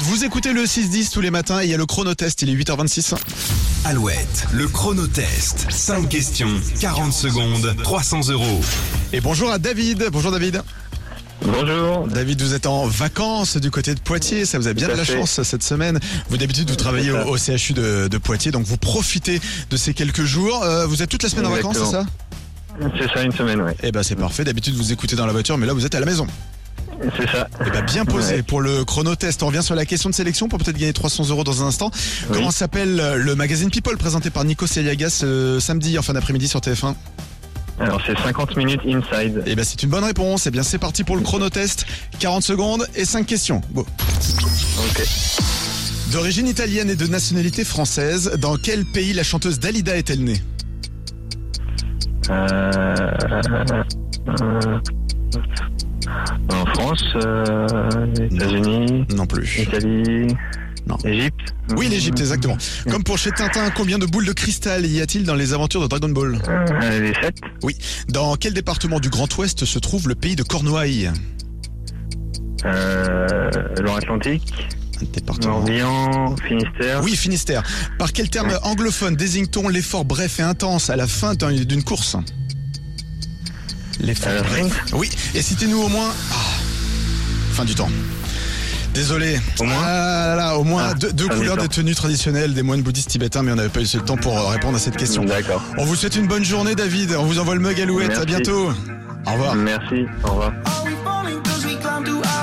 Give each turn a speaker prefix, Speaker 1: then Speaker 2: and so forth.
Speaker 1: Vous écoutez le 6-10 tous les matins et il y a le chronotest, il est 8h26.
Speaker 2: Alouette, le chronotest. 5 questions, 40 secondes, 300 euros.
Speaker 1: Et bonjour à David. Bonjour David.
Speaker 3: Bonjour.
Speaker 1: David, vous êtes en vacances du côté de Poitiers, ça vous a bien
Speaker 3: Tout
Speaker 1: de
Speaker 3: à
Speaker 1: la
Speaker 3: fait.
Speaker 1: chance cette semaine. Vous d'habitude vous travaillez au, au CHU de, de Poitiers, donc vous profitez de ces quelques jours. Euh, vous êtes toute la semaine en vacances, c'est ça
Speaker 3: Exactement. C'est ça, une semaine, ouais.
Speaker 1: Eh ben c'est parfait, d'habitude vous écoutez dans la voiture, mais là vous êtes à la maison.
Speaker 3: C'est ça.
Speaker 1: Eh ben bien posé
Speaker 3: Ouais.
Speaker 1: pour le chronotest. On revient sur la question de sélection pour peut-être gagner 300 euros dans un instant. Comment s'appelle euh, le magazine People présenté par Nico Seliagas ce samedi en fin d'après-midi sur TF1
Speaker 3: Alors, c'est 50 minutes inside.
Speaker 1: Eh bien, c'est une bonne réponse. Eh bien, c'est parti pour le chronotest. 40 secondes et 5 questions. Go.
Speaker 3: Ok.
Speaker 1: D'origine italienne et de nationalité française, dans quel pays la chanteuse Dalida est-elle née
Speaker 3: Euh, euh, euh, en France, euh, les États-Unis,
Speaker 1: Non plus.
Speaker 3: Italie,
Speaker 1: Non.
Speaker 3: Égypte.
Speaker 1: Oui, l'Égypte, exactement. Comme pour chez Tintin, combien de boules de cristal y a-t-il dans les aventures de Dragon Ball
Speaker 3: Euh, les 7.
Speaker 1: Oui. Dans quel département du Grand Ouest se trouve le pays de Cornouailles
Speaker 3: Euh, Loire-Atlantique,
Speaker 1: Un département.
Speaker 3: Morbihan, Finistère.
Speaker 1: Oui, Finistère. Par quel terme anglophone désigne-t-on l'effort bref et intense à la fin d'un- d'une course L'effort
Speaker 3: Euh,
Speaker 1: bref. Oui, et citez-nous au moins. Ah, fin du temps. Désolé.
Speaker 3: Au moins
Speaker 1: Ah là là, au moins
Speaker 3: Ah,
Speaker 1: deux, deux
Speaker 3: fin du
Speaker 1: couleurs
Speaker 3: temps.
Speaker 1: des tenues traditionnelles des moines bouddhistes tibétains, mais on n'avait pas eu le temps pour euh, répondre à cette question.
Speaker 3: D'accord.
Speaker 1: On vous souhaite une bonne journée, David. On vous envoie le mug à louette. À
Speaker 3: Merci.
Speaker 1: bientôt. Au revoir.
Speaker 3: Merci. Au revoir.
Speaker 4: Are we falling 'cause we climbed too high?